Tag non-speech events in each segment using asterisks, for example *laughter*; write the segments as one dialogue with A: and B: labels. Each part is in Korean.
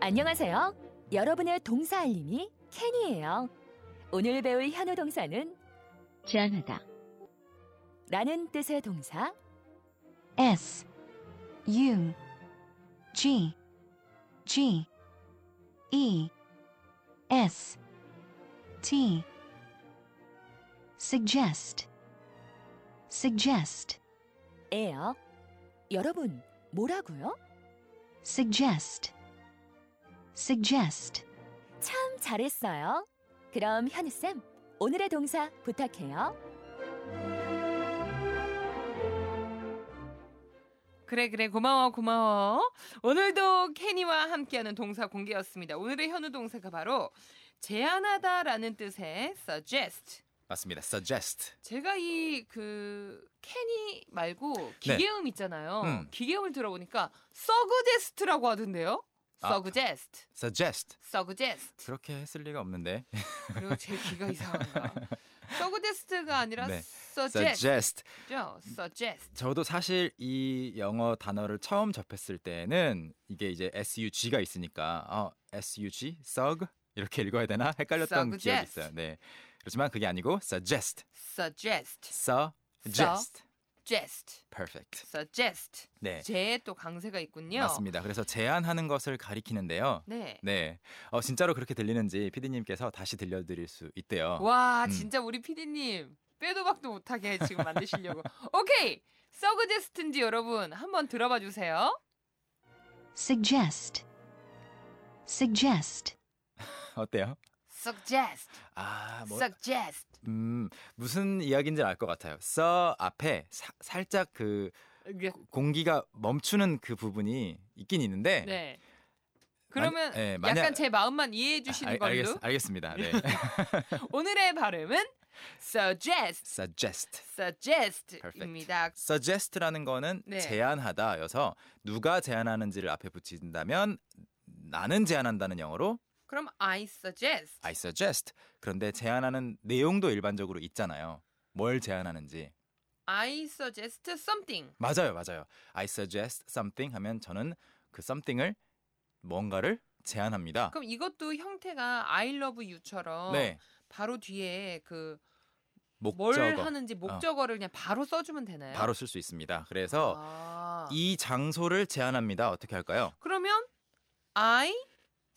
A: 안녕하세요. 여러분의 동사 알림이 캔이에요. 오늘 배울 현우 동사는
B: 제안하다.
A: 라는 뜻의 동사
B: S U G G E S T suggest suggest
A: 예요. 여러분, 뭐라고요?
B: suggest suggest
A: 참 잘했어요. 그럼 현우쌤, 오늘의 동사 부탁해요.
C: 그래 그래 고마워 고마워 오늘도 케니와 함께하는 동사 공개였습니다 오늘의 현우 동사가 바로 제안하다라는 뜻의 suggest
D: 맞습니다. suggest.
C: 제가 이 그 케니 말고 기계음 있잖아요
D: 네. 음.
C: 기계음을 들어보니까 suggest라고 하던데요
D: 아.
C: suggest
D: suggest.
C: suggest
D: 그렇게 했을 리가 없는데.
C: 그리고 제 귀가
D: *laughs*
C: 이상한가 suggest가 아니라
D: 네.
C: suggest죠
D: suggest.
C: suggest
D: 저도 사실 이 영어 단어를 처음 접했을 때는 이게 이제 sug가 있으니까 어, sug, sug 이렇게 읽어야 되나 헷갈렸던 기억이
C: Suggest.
D: 있어요. 네. 그렇지만 그게 아니고 suggest.
C: suggest
D: suggest.
C: suggest
D: perfect.
C: suggest
D: 네.
C: 제에 또 강세가 있군요.
D: 맞습니다. 그래서 제안하는 것을 가리키는데요.
C: 네.
D: 네. 어, 진짜로 그렇게 들리는지 피디님께서 다시 들려드릴 수 있대요.
C: 와
D: 음.
C: 진짜 우리 피디님 빼도 박도 못하게 지금 만드시려고. *laughs* 오케이 서그 제스트인지 여러분 한번 들어봐 주세요.
B: suggest suggest
D: 어때요?
C: suggest,
D: 아, 뭐,
C: suggest.
D: 음, 무슨 이야기인지 알 것 같아요. 써 앞에 사- 살짝 그
C: 이게-
D: 공기가 멈추는 그 부분이 있긴 있는데.
C: 네. 그러면
D: 만- 예, 만약- 아,
C: 약간 제 마음만 이해해 주시는
D: 알,
C: 걸로
D: 알겠, 알겠습니다.
C: *laughs*
D: 네.
C: 오늘의 발음은 suggest,
D: suggest.
C: suggest입니다.
D: suggest라는 거는
C: 네.
D: 제안하다여서 누가 제안하는지를 앞에 붙인다면 나는 제안한다는 영어로
C: 그럼 I suggest.
D: I suggest. 그런데 제안하는 내용도 일반적으로 있잖아요. 뭘 제안하는지.
C: I suggest something.
D: 맞아요, 맞아요. I suggest something 하면 저는 그 something을 뭔가를 제안합니다.
C: 그럼 이것도 형태가 I love you처럼
D: 네,
C: 바로 뒤에 그 뭘
D: 목적어
C: 하는지 목적어를 그냥 바로 써주면 되나요?
D: 바로 쓸 수 있습니다. 그래서
C: 아.
D: 이 장소를 제안합니다. 어떻게 할까요?
C: 그러면 I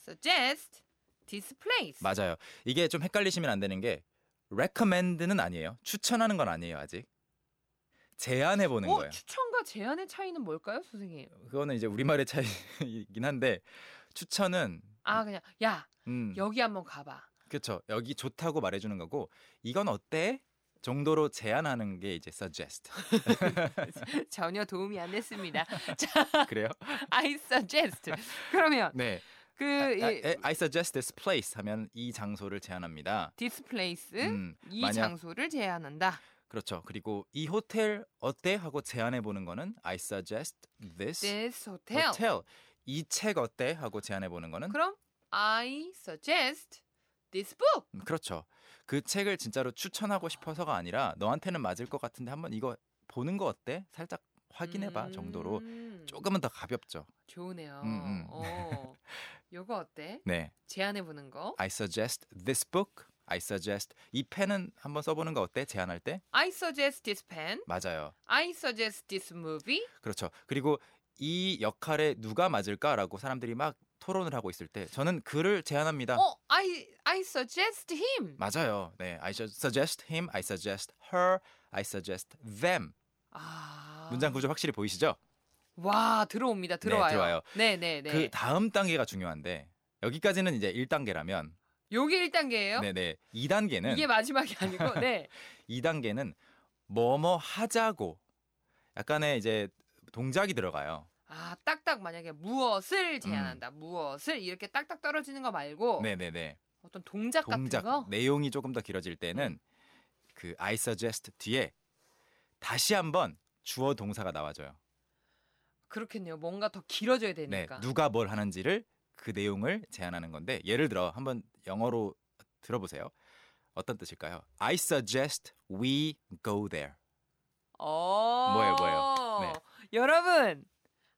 C: suggest this place.
D: 맞아요. 이게 좀 헷갈리시면 안 되는 게 recommend는 아니에요. 추천하는 건 아니에요, 아직. 제안해 보는
C: 어,
D: 거예요. 음.
C: 추천과 제안의 차이는 뭘까요, 선생님?
D: 그거는 이제 우리말의 차이이긴 한데 추천은
C: 아 그냥 야
D: 음,
C: 여기 한번 가봐. *laughs*
D: 그렇죠. 여기 좋다고 말해 주는 거고 이건 어때? 정도로 제안하는 게 이제
C: *laughs*
D: suggest.
C: 전혀 도움이 안 됐습니다. *laughs*
D: 그래요?
C: I suggest. 그러면
D: 네.
C: 그
D: I,
C: 이,
D: I, I suggest this place 하면 이 장소를 제안합니다.
C: this place
D: 음,
C: 이
D: 만약-
C: 장소를 제안한다.
D: 그렇죠. 그리고 이 호텔 어때 하고 제안해 보는 거는 I suggest this
C: This hotel.
D: 이 책 어때 하고 제안해 보는 거는
C: 그럼 I suggest this book.
D: 음, 그렇죠. 그 책을 진짜로 추천하고 싶어서가 아니라 너한테는 맞을 것 같은데 한번 이거 보는 거 어때? 살짝 확인해 봐 정도로
C: 음,
D: 조금은 더 가볍죠.
C: 좋으네요.
D: 음, 음. *laughs*
C: 어, 요거 어때?
D: 네.
C: 제안해 보는 거.
D: I suggest this book. I suggest 이 펜은 한번 써 보는 거 어때? 제안할 때?
C: I suggest this pen.
D: 맞아요.
C: I suggest this movie.
D: 그렇죠. 그리고 이 역할에 누가 맞을까라고 사람들이 막 토론을 하고 있을 때 저는 그를 제안합니다.
C: 어, I I suggest him.
D: 맞아요. 네, I should suggest him, I suggest her, I suggest them.
C: 아.
D: 문장 구조 확실히 보이시죠?
C: 와, 들어옵니다. 들어와요.
D: 들어와요.
C: 네, 네, 네.
D: 그 다음 단계가 중요한데 여기까지는 이제 1단계라면
C: 요게 1단계예요?
D: 네, 네. 2단계는
C: 이게 마지막이 아니고.
D: *laughs*
C: 네.
D: 2단계는 뭐뭐 하자고 약간의 이제 동작이 들어가요.
C: 아, 딱딱 만약에 무엇을 제안한다. 무엇을 이렇게 딱딱 떨어지는 거 말고
D: 음. 네, 네, 네.
C: 어떤 동작,
D: 동작
C: 같은
D: 네.
C: 거? 네.
D: 내용이 조금 더 길어질 때는 그 I suggest 뒤에 다시 한번 주어 동사가 나와줘요.
C: 그렇겠네요. 뭔가 더 길어져야 되니까.
D: 네, 누가 뭘 하는지를 그 내용을 제안하는 건데 예를 들어 한번 영어로 들어보세요. 어떤 뜻일까요? I suggest we go there.
C: 어.
D: 뭐예요, 뭐예요? 네.
C: 여러분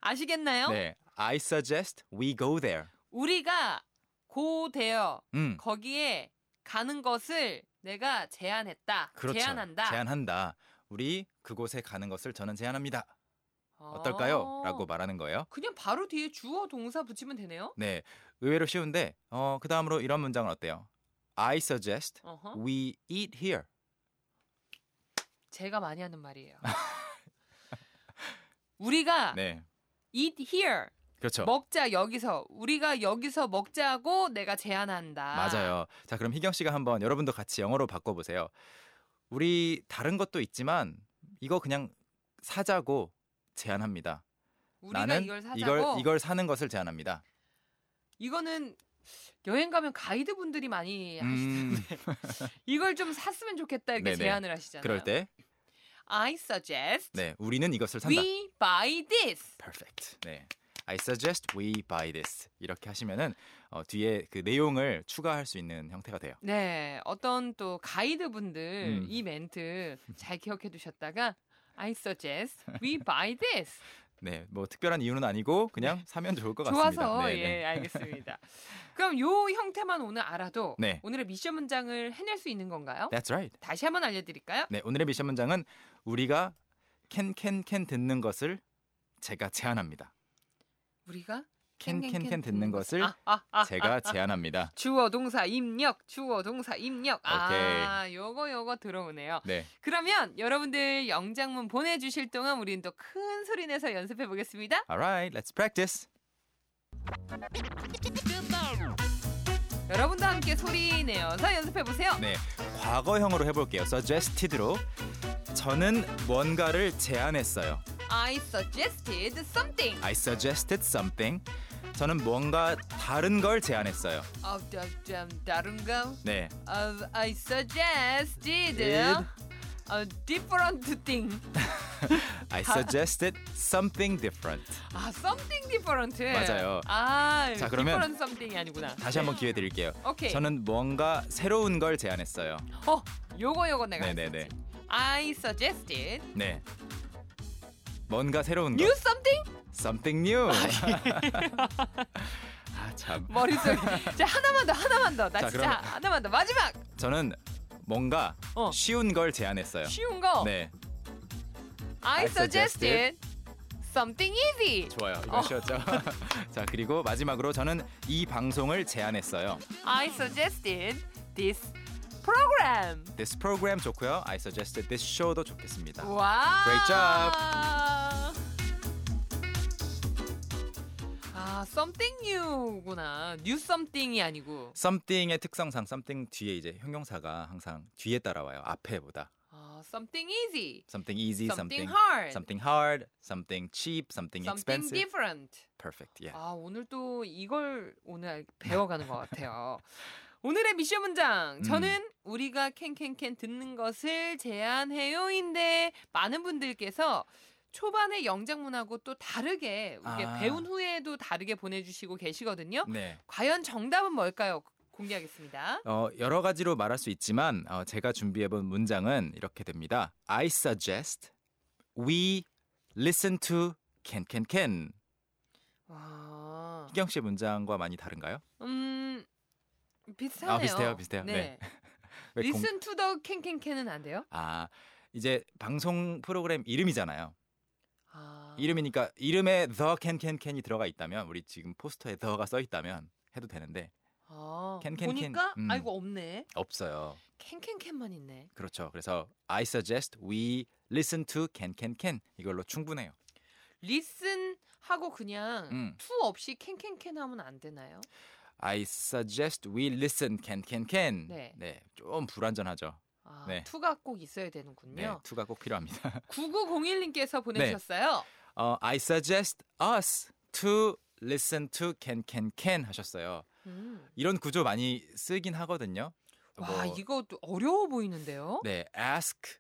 C: 아시겠나요? 어?
D: 네, I suggest we go there.
C: 우리가 고되어
D: 음.
C: 거기에 가는 것을 내가 제안했다.
D: 그렇죠.
C: 제안한다.
D: 제안한다. 우리 그곳에 가는 것을 저는 제안합니다. 어떨까요?
C: 어.
D: 라고 말하는 거예요.
C: 그냥 바로 뒤에 주어 동사 붙이면 되네요.
D: 네. 의외로 쉬운데 어, 그다음으로 이런 문장은 어때요? I suggest
C: 어허.
D: we eat here.
C: 제가 많이 하는 말이에요.
D: *laughs*
C: 우리가
D: 네.
C: eat here
D: 그렇죠.
C: 먹자 여기서 우리가 여기서 먹자고 내가 제안한다.
D: 맞아요. 자, 그럼 희경 씨가 한번 여러분도 같이 영어로 바꿔 보세요. 우리 다른 것도 있지만 이거 그냥 사자고 제안합니다.
C: 우리가
D: 나는
C: 이걸 사자고
D: 이걸 이걸 사는 것을 제안합니다.
C: 거는 여행 가면 가이드 분들이 많이
D: 음.
C: *laughs* 하시는데 이걸 좀 샀으면 좋겠다 이렇게
D: 네네.
C: 제안을 하시잖아요.
D: 그럴 때
C: I suggest
D: 네, 우리는 이것을 산다.
C: 그렇죠. we buy this.
D: Perfect. 네. I suggest we buy this. 이렇게 하시면은 어, 뒤에 그 내용을 추가할 수 있는 형태가 돼요.
C: 네, 어떤 또 가이드 분들
D: 음.
C: 이 멘트 잘 기억해 두셨다가 I suggest
D: *laughs*
C: we buy this.
D: 네, 뭐 특별한 이유는 아니고 그냥 사면 좋을 것 같습니다.
C: 네. 좋아서
D: 네,
C: 예
D: 네.
C: 알겠습니다. 그럼 요 형태만 오늘 알아도
D: 네.
C: 오늘의 미션 문장을 해낼 수 있는 건가요?
D: That's right.
C: 다시 한번 알려드릴까요?
D: 네, 오늘의 미션 문장은 우리가 캔캔캔 듣는 것을 제가 제안합니다.
C: 우리가
D: 캔캔캔 듣는 것을
C: 아, 아, 아, 아,
D: *laughs* 제가
C: 아.
D: 제안합니다.
C: 주어 동사 입력 주어 동사 입력 아 요거 요거 들어오네요.
D: 네,
C: 그러면 여러분들 영장문 보내주실 동안 우리는 또 큰 소리 내서 연습해 보겠습니다.
D: alright, let's practice.
C: 여러분도 함께 소리 내어서 연습해 보세요.
D: 네, 과거형으로 해볼게요. Suggested로 저는 뭔가를 제안했어요.
C: I suggested something
D: I suggested something. 저는 뭔가 다른 걸 제안했어요.
C: of the 좀 다른 거
D: 네,
C: of I suggested
D: Did.
C: a different thing.
D: I suggested something different.
C: 아, something different.
D: 맞아요.
C: 아,
D: 자, 그러면
C: different something이 아니구나.
D: 다시 한번 기회 드릴게요.
C: 오케이.
D: 저는 뭔가 새로운 걸 제안했어요.
C: 어, 요거 요거 내가
D: 네네네.
C: 했었지. I suggested
D: 네. 뭔가 새로운 거.
C: new something
D: Something new. *laughs* 아 참. *laughs*
C: 머릿속에. 자, 하나만 더, 하나만 더. 나
D: 자,
C: 진짜
D: 그러면-
C: 하나만 더. 마지막.
D: 저는 뭔가
C: 어.
D: 쉬운 걸 제안했어요.
C: 쉬운 거.
D: 네.
C: I
D: I suggested
C: suggested something easy.
D: 좋아요. 이거
C: 어.
D: 쉬웠죠. *laughs* 자 그리고 마지막으로 저는 이 방송을 제안했어요.
C: I suggested this program.
D: This program 좋고요. I suggested this show도 좋겠습니다.
C: 와.
D: Great job.
C: 아, Ah, something new구나. new something이 아니고.
D: Something의 특성상 something 뒤에 이제 형용사가 항상 뒤에 따라와요. 앞에보다.
C: 아, Ah, something easy.
D: Something easy,
C: something
D: something,
C: hard.
D: something hard, something cheap, something,
C: something
D: expensive.
C: different.
D: Perfect. Yeah.
C: 아, 오늘 또 이걸 오늘 배워가는 것 같아요. 오늘의 미션
D: 음.
C: 문장. 저는 우리가 캔캔캔 듣는 것을 제안해요인데 많은 분들께서 초반에 영장문하고 또 다르게 이게
D: 아.
C: 배운 후에도 다르게 보내주시고 계시거든요.
D: 네.
C: 과연 정답은 뭘까요? 공개하겠습니다.
D: 어, 여러 가지로 말할 수 있지만 어, 제가 준비해본 문장은 이렇게 됩니다. I suggest we listen to can can can.
C: 와,
D: 희경 씨의 문장과 많이 다른가요?
C: 음 비슷하네요.
D: 아, 비슷해요, 비슷해요.
C: 네.
D: 왜 공-
C: Listen to the 캔캔캔은 안 돼요?
D: 아 이제 방송 프로그램 이름이잖아요.
C: 아,
D: 이름이니까 이름에 the can can can이 들어가 있다면 우리 지금 포스터에 the가 써 있다면 해도 되는데
C: 아,
D: 캔캔캔.
C: 보니까
D: 음.
C: 아이고 없네.
D: 없어요.
C: 캔캔캔만 있네.
D: 그렇죠. 그래서 I suggest we listen to can can can 이걸로 충분해요.
C: Listen 하고 그냥
D: 음.
C: to 없이 캔캔캔 하면 안 되나요?
D: I suggest we listen can can can.
C: 네.
D: 좀 불완전하죠.
C: 아,
D: 네.
C: to가 꼭 있어야
D: 네,
C: 되는군요.
D: 투가 꼭 필요합니다.
C: *laughs*
D: 네.
C: 9901님께서 보내주셨어요.
D: 어, I suggest us to listen to can can can 하셨어요.
C: 음.
D: 이런 구조 많이 쓰긴 하거든요.
C: 와
D: 뭐,
C: 이거 또 어려워 보이는데요.
D: 네, ask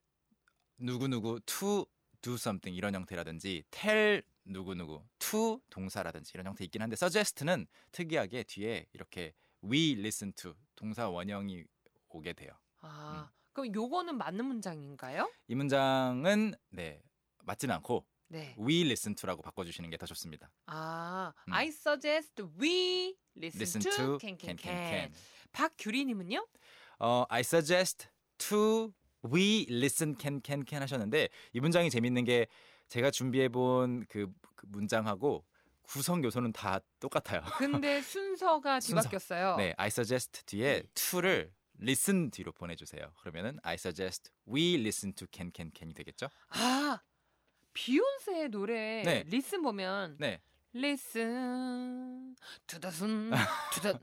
D: 누구 누구 to do something 이런 형태라든지 tell 누구 누구 to 동사라든지 이런 형태 있긴 한데 suggest는 특이하게 뒤에 이렇게 we listen to 동사 원형이 오게 돼요. 음.
C: 아 그럼 요거는 맞는 문장인가요?
D: 이 문장은 네 맞진 않고
C: 네.
D: we listen to라고 바꿔주시는 게 더 좋습니다.
C: 아,
D: 음.
C: I suggest we listen,
D: listen to
C: to
D: can
C: 캔캔캔.
D: can can.
C: 박규리님은요?
D: 어, I suggest to we listen can can can 하셨는데 이 문장이 재밌는 게 제가 준비해 본그 그 문장하고 구성 요소는 다 똑같아요. *laughs*
C: 근데 순서가
D: 순서.
C: 뒤바뀌었어요.
D: 네, I suggest 뒤에 to를 listen 뒤로 보내주세요. 그러면은 I suggest we listen to can can can이 되겠죠?
C: 아, 비욘세의 노래
D: 네.
C: 리슨 보면
D: 네,
C: listen 두더순
D: *laughs*
C: 두더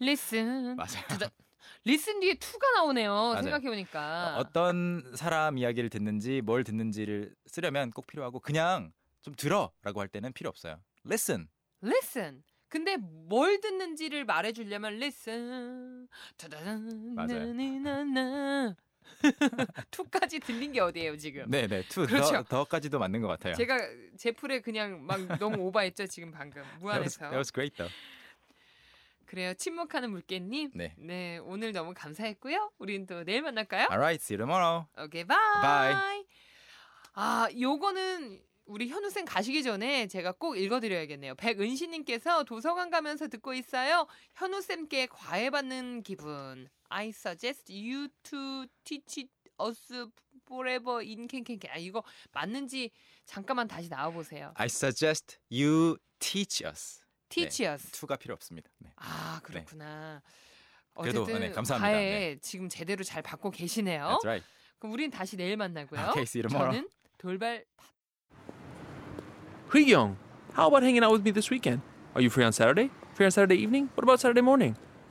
C: listen
D: 맞아요.
C: 두더 listen 뒤에 투가 나오네요.
D: 맞아요.
C: 생각해 보니까.
D: 어, 어떤 사람 이야기를 듣는지 뭘 듣는지를 쓰려면 꼭 필요하고 그냥 좀 들어라고 할 때는 필요 없어요. listen.
C: listen. 근데 뭘 듣는지를 말해 주려면 listen. 두더순
D: 맞아요. *laughs*
C: 나나나나. 투까지 들린 게 어디예요, 지금?
D: 네, 네. to
C: 그렇죠.
D: 더, 더까지도 맞는 것 같아요.
C: 제가 제풀에 그냥 막 너무 오바했죠, 지금 방금.
D: That was, that
C: 무한해서.
D: was great though.
C: 그래요. 침묵하는 물개님.
D: 네.
C: 네, 오늘 너무 감사했고요. 우린 또 내일 만날까요?
D: Alright, see you tomorrow.
C: 오케이, 바이.
D: 바이.
C: 아, 요거는 우리 현우 쌤 가시기 전에 제가 꼭 읽어드려야겠네요. 백은시님께서 도서관 가면서 듣고 있어요. 현우 쌤께 과외 받는 기분. I suggest you to teach us forever in 캔캔캔. 아, 이거 맞는지 잠깐만 다시 나와 보세요.
D: I suggest you teach us. 네.
C: Teach us.
D: to가 필요 없습니다. 네.
C: 아 그렇구나.
D: 그래도,
C: 어쨌든
D: 네, 감사합니다.
C: 과외 지금 제대로 잘 받고 계시네요.
D: That's right.
C: 그럼 우린 다시 내일 만나고요.
D: Okay, see you 아, tomorrow.
C: 저는 돌발
E: Young, how about hanging out with me this weekend? Are you free on Saturday? Free on Saturday evening? What about Saturday morning?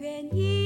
F: 괜히